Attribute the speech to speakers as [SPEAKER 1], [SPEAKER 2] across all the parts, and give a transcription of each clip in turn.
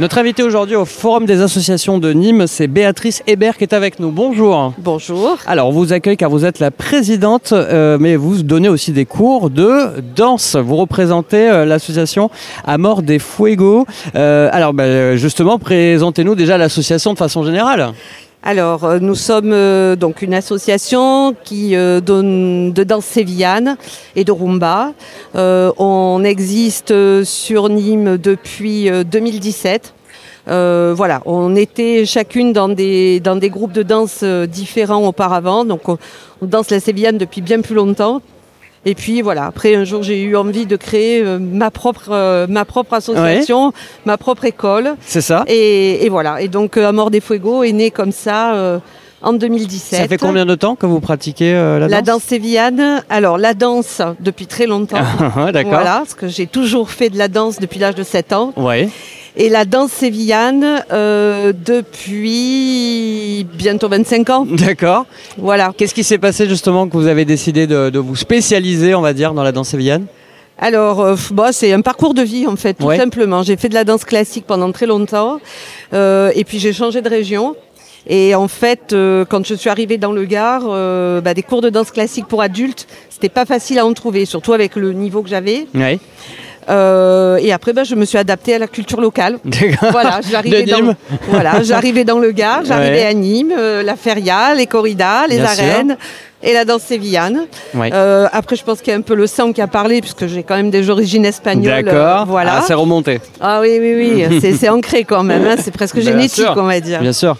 [SPEAKER 1] Notre invitée aujourd'hui au Forum des associations de Nîmes, c'est Béatrice Hébert qui est avec nous. Bonjour.
[SPEAKER 2] Bonjour.
[SPEAKER 1] Alors, on vous accueille car vous êtes la présidente, euh, mais vous donnez aussi des cours de danse. Vous représentez euh, l'association Amor des Fuego. Euh, alors, bah, justement, présentez-nous déjà l'association de façon générale.
[SPEAKER 2] Alors, euh, nous sommes euh, donc une association qui euh, donne de danse sévillane et de rumba. Euh, on existe euh, sur Nîmes depuis 2017. Euh, voilà, on était chacune dans des, dans des groupes de danse euh, différents auparavant. Donc, on, on danse la sévillane depuis bien plus longtemps. Et puis voilà, après un jour j'ai eu envie de créer euh, ma propre, euh, ma propre association, ma propre école.
[SPEAKER 1] C'est ça
[SPEAKER 2] Et, et voilà, et donc euh, Amor des Fuego est né comme ça euh, en 2017.
[SPEAKER 1] Ça fait combien de temps que vous pratiquez euh, la,
[SPEAKER 2] La danse sévillane, alors la danse depuis très longtemps.
[SPEAKER 1] danse Ah, D'accord.
[SPEAKER 2] Voilà, parce que j'ai toujours fait de la danse depuis l'âge de 7 ans.
[SPEAKER 1] Ouais.
[SPEAKER 2] Et la danse sévillane euh, depuis bientôt 25 ans.
[SPEAKER 1] D'accord.
[SPEAKER 2] Voilà.
[SPEAKER 1] Qu'est-ce qui s'est passé justement que vous avez décidé de, de vous spécialiser, on va dire, dans la danse sévillane
[SPEAKER 2] Alors, euh, f- bah, c'est un parcours de vie en fait, tout
[SPEAKER 1] Ouais.
[SPEAKER 2] simplement. J'ai fait de la danse classique pendant très longtemps, euh, et puis j'ai changé de région. Et en fait, euh, quand je suis arrivée dans le Gard, euh, bah, des cours de danse classique pour adultes, c'était pas facile à en trouver, surtout avec le niveau que j'avais.
[SPEAKER 1] Oui.
[SPEAKER 2] Euh, et après, bah, je me suis adaptée à la culture locale.
[SPEAKER 1] D'accord.
[SPEAKER 2] Voilà, j'arrivais
[SPEAKER 1] De
[SPEAKER 2] dans,
[SPEAKER 1] Nîmes.
[SPEAKER 2] voilà, j'arrivais dans le Gard, j'arrivais
[SPEAKER 1] Ouais.
[SPEAKER 2] à Nîmes, euh, la feria, les corridas, les
[SPEAKER 1] Bien sûr.
[SPEAKER 2] arènes et la danse sévillane.
[SPEAKER 1] Ouais.
[SPEAKER 2] Euh, après, je pense qu'il y a un peu le sang qui a parlé, puisque j'ai quand même des origines espagnoles.
[SPEAKER 1] D'accord.
[SPEAKER 2] euh, voilà.
[SPEAKER 1] Ah, c'est remonté.
[SPEAKER 2] Ah oui, oui, oui, c'est- c'est ancré quand même. hein, C'est presque
[SPEAKER 1] Bien
[SPEAKER 2] génétique,
[SPEAKER 1] sûr.
[SPEAKER 2] on va dire.
[SPEAKER 1] Bien sûr.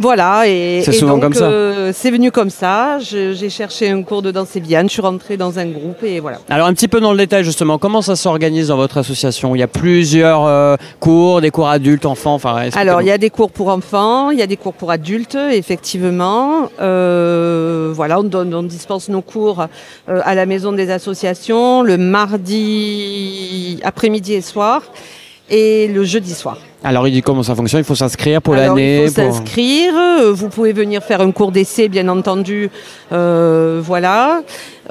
[SPEAKER 2] Voilà. Et,
[SPEAKER 1] C'est
[SPEAKER 2] et
[SPEAKER 1] souvent
[SPEAKER 2] donc,
[SPEAKER 1] comme ça.
[SPEAKER 2] euh, c'est venu comme ça. Je- J'ai cherché un cours de danse sévillane. Je suis rentrée dans un groupe et voilà.
[SPEAKER 1] Alors un petit peu dans le détail justement, comment ça s'organise dans votre association Il y a plusieurs euh, cours, des cours adultes, enfants, enfin. expliquez-nous.
[SPEAKER 2] Alors, il y a des cours pour enfants, il y a des cours pour adultes, effectivement. Euh, voilà, on, donne, on dispense nos cours euh, à la maison des associations le mardi après-midi et soir et le jeudi soir.
[SPEAKER 1] Alors il dit comment ça fonctionne Il faut s'inscrire pour
[SPEAKER 2] Alors,
[SPEAKER 1] l'année.
[SPEAKER 2] Il faut
[SPEAKER 1] pour-
[SPEAKER 2] s'inscrire. euh, Vous pouvez venir faire un cours d'essai, bien entendu. euh, voilà.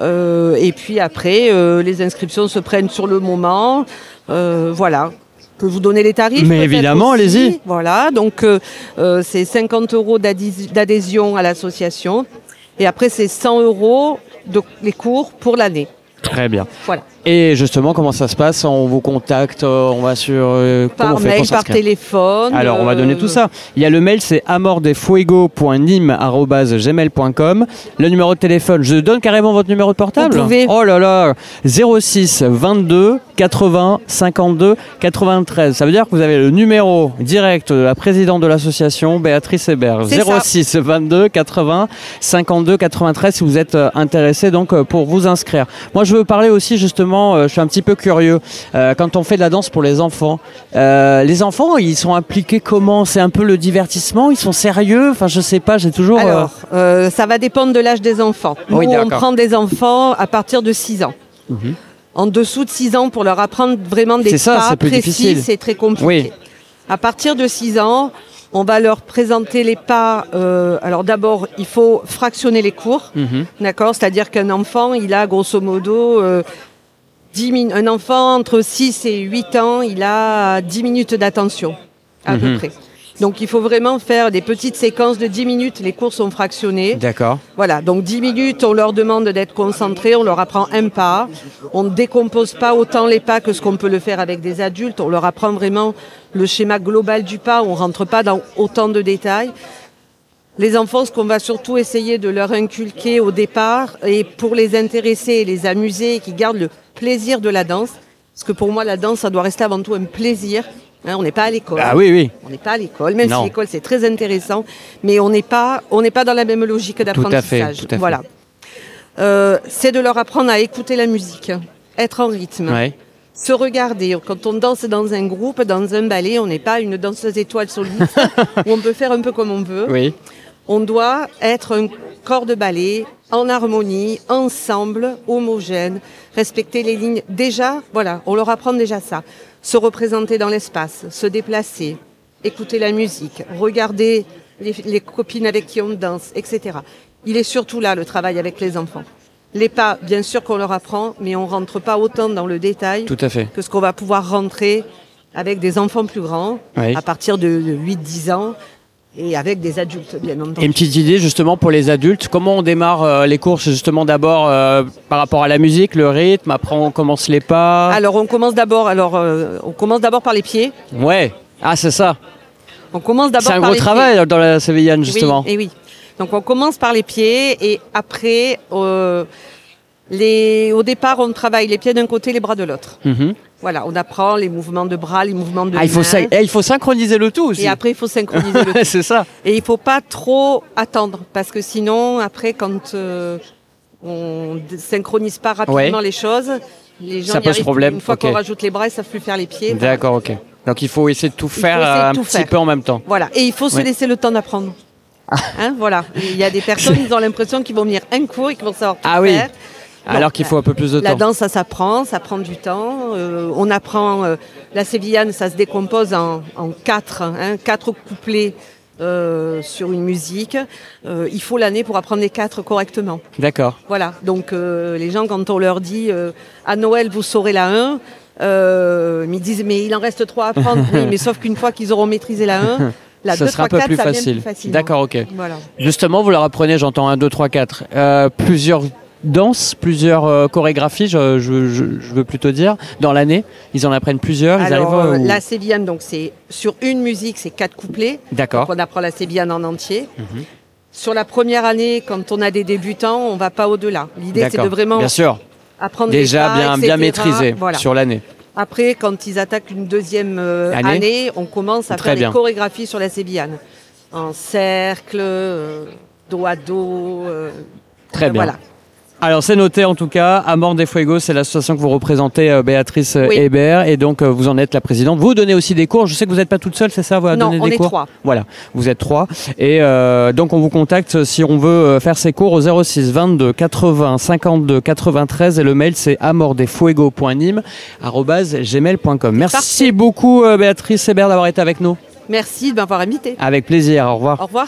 [SPEAKER 2] Euh, et puis après, euh, les inscriptions se prennent sur le moment. Euh, voilà. Je peux vous donner les tarifs
[SPEAKER 1] Mais
[SPEAKER 2] peut-être
[SPEAKER 1] évidemment,
[SPEAKER 2] aussi.
[SPEAKER 1] allez-y.
[SPEAKER 2] Voilà. Donc, euh, euh, c'est 50 euros d'adhési- d'adhésion à l'association. Et après, c'est 100 euros de les cours pour l'année.
[SPEAKER 1] Très bien.
[SPEAKER 2] Voilà.
[SPEAKER 1] Et justement comment ça se passe On vous contacte, euh, on va sur euh, comment
[SPEAKER 2] Par
[SPEAKER 1] on fait
[SPEAKER 2] mail,
[SPEAKER 1] pour
[SPEAKER 2] par
[SPEAKER 1] s'inscrire
[SPEAKER 2] téléphone.
[SPEAKER 1] Alors, on va donner tout
[SPEAKER 2] euh,
[SPEAKER 1] ça. Il y a le mail, c'est amordefuego.nîmes.gmail.com. Le numéro de téléphone, je donne carrément votre numéro de portable.
[SPEAKER 2] Vous pouvez.
[SPEAKER 1] Oh là là 06 22 80 52 93. Ça veut dire que vous avez le numéro direct de la présidente de l'association, Béatrice Hébert.
[SPEAKER 2] C'est ça.
[SPEAKER 1] 06 22 80 52 93 si vous êtes euh, intéressé donc euh, pour vous inscrire. Moi, je veux parler aussi justement, euh, je suis un petit peu curieux, euh, quand on fait de la danse pour les enfants, euh, les enfants, ils sont impliqués comment C'est un peu le divertissement Ils sont sérieux Enfin, je sais pas, j'ai toujours... euh,
[SPEAKER 2] Alors, euh, ça va dépendre de l'âge des enfants. Nous,
[SPEAKER 1] Oui,
[SPEAKER 2] on
[SPEAKER 1] d'accord.
[SPEAKER 2] prend des enfants à partir de 6 ans.
[SPEAKER 1] Mhm.
[SPEAKER 2] En dessous de 6 ans, pour leur apprendre vraiment des
[SPEAKER 1] C'est ça,
[SPEAKER 2] pas
[SPEAKER 1] c'est plus
[SPEAKER 2] précis,
[SPEAKER 1] difficile.
[SPEAKER 2] c'est très compliqué.
[SPEAKER 1] Oui.
[SPEAKER 2] À partir de 6 ans, on va leur présenter les pas. euh, alors d'abord, il faut fractionner les cours,
[SPEAKER 1] Mhm.
[SPEAKER 2] d'accord C'est-à-dire qu'un enfant, il a grosso modo... euh, 10 min- un enfant entre 6 et 8 ans, il a 10 minutes d'attention, à peu
[SPEAKER 1] Mhm.
[SPEAKER 2] près. Donc il faut vraiment faire des petites séquences de 10 minutes. Les cours sont fractionnés.
[SPEAKER 1] D'accord.
[SPEAKER 2] Voilà, donc 10 minutes, on leur demande d'être concentrés, on leur apprend un pas. On ne décompose pas autant les pas que ce qu'on peut le faire avec des adultes. On leur apprend vraiment le schéma global du pas, on rentre pas dans autant de détails. Les enfants, ce qu'on va surtout essayer de leur inculquer au départ, et pour les intéresser et les amuser, et qu'ils gardent le plaisir de la danse, parce que pour moi, la danse, ça doit rester avant tout un plaisir. Hein, on n'est pas à l'école.
[SPEAKER 1] Ah oui, oui.
[SPEAKER 2] On n'est pas à l'école, même
[SPEAKER 1] Non.
[SPEAKER 2] si l'école c'est très intéressant, mais on n'est pas, on n'est pas dans la même logique d'apprentissage.
[SPEAKER 1] tout à fait.
[SPEAKER 2] Voilà. Euh, c'est de leur apprendre à écouter la musique, être en rythme,
[SPEAKER 1] Ouais.
[SPEAKER 2] se regarder. Quand on danse dans un groupe, dans un ballet, on n'est pas une danseuse étoile sur le lit, où on peut faire un peu comme on veut.
[SPEAKER 1] Oui.
[SPEAKER 2] On doit être un corps de ballet, en harmonie, ensemble, homogène, respecter les lignes. Déjà, voilà, on leur apprend déjà ça. Se représenter dans l'espace, se déplacer, écouter la musique, regarder les, les copines avec qui on danse, etc. Il est surtout là le travail avec les enfants. Les pas, bien sûr qu'on leur apprend, mais on rentre pas autant dans le détail
[SPEAKER 1] Tout à fait.
[SPEAKER 2] que ce qu'on va pouvoir rentrer avec des enfants plus grands,
[SPEAKER 1] Oui.
[SPEAKER 2] à partir de 8-10 ans, et avec des adultes, bien
[SPEAKER 1] Et
[SPEAKER 2] entendu.
[SPEAKER 1] une petite idée justement pour les adultes, comment on démarre euh, les courses justement d'abord euh, par rapport à la musique, le rythme, après on commence les pas.
[SPEAKER 2] Alors on commence d'abord, alors euh, on commence d'abord par les pieds.
[SPEAKER 1] Ouais, ah c'est ça.
[SPEAKER 2] On commence d'abord
[SPEAKER 1] C'est un
[SPEAKER 2] par
[SPEAKER 1] gros
[SPEAKER 2] les
[SPEAKER 1] travail
[SPEAKER 2] pieds.
[SPEAKER 1] dans la Sévillane justement.
[SPEAKER 2] E. Oui, et oui. Donc on commence par les pieds et après, euh, les, au départ, on travaille les pieds d'un côté, les bras de l'autre.
[SPEAKER 1] Mhm.
[SPEAKER 2] Voilà, on apprend les mouvements de bras, les mouvements de
[SPEAKER 1] Ah, il faut,
[SPEAKER 2] mains.
[SPEAKER 1] syn- eh, il faut synchroniser le tout aussi.
[SPEAKER 2] Et après, il faut synchroniser le tout.
[SPEAKER 1] c'est ça.
[SPEAKER 2] Et il faut pas trop attendre parce que sinon, après, quand euh, on d- synchronise pas rapidement
[SPEAKER 1] Ouais.
[SPEAKER 2] les choses, les gens
[SPEAKER 1] Ça
[SPEAKER 2] y
[SPEAKER 1] pose
[SPEAKER 2] arrivent
[SPEAKER 1] problème,
[SPEAKER 2] Une fois
[SPEAKER 1] ok.
[SPEAKER 2] qu'on rajoute les bras, ils savent plus faire les pieds.
[SPEAKER 1] D'accord, ok. Donc il faut essayer de tout
[SPEAKER 2] faut
[SPEAKER 1] faire
[SPEAKER 2] essayer de
[SPEAKER 1] euh, un
[SPEAKER 2] tout
[SPEAKER 1] petit
[SPEAKER 2] faire.
[SPEAKER 1] peu en même temps.
[SPEAKER 2] Voilà, et il faut se
[SPEAKER 1] Ouais. Ah.
[SPEAKER 2] laisser le temps d'apprendre. Hein, voilà, il y a des personnes, ils ont l'impression qu'ils vont venir un cours et qu'ils vont savoir tout
[SPEAKER 1] Ah oui.
[SPEAKER 2] faire. Non,
[SPEAKER 1] Alors qu'il faut un peu plus de
[SPEAKER 2] La
[SPEAKER 1] temps.
[SPEAKER 2] danse, ça s'apprend, ça prend du temps. Euh, on apprend euh, la sévillane, ça se décompose en, en quatre, hein, quatre couplets euh, sur une musique. Euh, il faut l'année pour apprendre les quatre correctement.
[SPEAKER 1] D'accord.
[SPEAKER 2] Voilà, donc euh, les gens, quand on leur dit euh, à Noël, vous saurez la 1, euh, ils disent mais il en reste 3 à prendre. oui, mais sauf qu'une fois qu'ils auront maîtrisé la 1, la
[SPEAKER 1] ça
[SPEAKER 2] 2,
[SPEAKER 1] sera
[SPEAKER 2] 3,
[SPEAKER 1] un peu
[SPEAKER 2] 4,
[SPEAKER 1] plus
[SPEAKER 2] ça vient
[SPEAKER 1] facile.
[SPEAKER 2] plus facilement.
[SPEAKER 1] D'accord, Ah, ok.
[SPEAKER 2] Voilà.
[SPEAKER 1] Justement, vous leur apprenez, j'entends 1, 2, 3, 4, Euh, plusieurs danses, plusieurs euh, chorégraphies, je, je- je- je veux plutôt dire, dans l'année. Ils en apprennent plusieurs, ils
[SPEAKER 2] Alors
[SPEAKER 1] arrivent.
[SPEAKER 2] euh,
[SPEAKER 1] euh, ou-
[SPEAKER 2] la sévillane, donc c'est sur une musique, c'est quatre couplets.
[SPEAKER 1] D'accord. Mhm.
[SPEAKER 2] Donc on apprend la sévillane en entier. Sur la première année, quand on a des débutants, on va pas au-delà. L'idée, c'est
[SPEAKER 1] D'accord.
[SPEAKER 2] de vraiment
[SPEAKER 1] Bien sûr,
[SPEAKER 2] apprendre les
[SPEAKER 1] déjà
[SPEAKER 2] pas,
[SPEAKER 1] bien, bien
[SPEAKER 2] etc..
[SPEAKER 1] maîtrisé
[SPEAKER 2] Voilà.
[SPEAKER 1] sur l'année.
[SPEAKER 2] Après, quand ils attaquent une deuxième euh,
[SPEAKER 1] Année.
[SPEAKER 2] année, on commence à
[SPEAKER 1] Très
[SPEAKER 2] faire
[SPEAKER 1] bien.
[SPEAKER 2] des chorégraphies sur la sévillane. En cercle, euh, dos à dos. euh,
[SPEAKER 1] Très bien.
[SPEAKER 2] Voilà.
[SPEAKER 1] Alors c'est noté en tout cas, Amor des Fuego, c'est l'association que vous représentez, euh, Béatrice euh,
[SPEAKER 2] Oui.
[SPEAKER 1] Hébert, et donc euh, vous en êtes la présidente. Vous donnez aussi des cours, je sais que vous n'êtes pas toute seule, c'est ça vous
[SPEAKER 2] Non,
[SPEAKER 1] donnez
[SPEAKER 2] on
[SPEAKER 1] des
[SPEAKER 2] est
[SPEAKER 1] cours
[SPEAKER 2] trois.
[SPEAKER 1] Voilà, vous êtes trois. Et euh, donc on vous contacte si on veut euh, faire ces cours au 06 22 80 52 93 et le mail c'est amordesfuego.nime@gmail.com. Merci
[SPEAKER 2] Parfait.
[SPEAKER 1] beaucoup euh, Béatrice Hébert d'avoir été avec nous.
[SPEAKER 2] Merci de m'avoir invité.
[SPEAKER 1] Avec plaisir, au revoir.
[SPEAKER 2] Au revoir.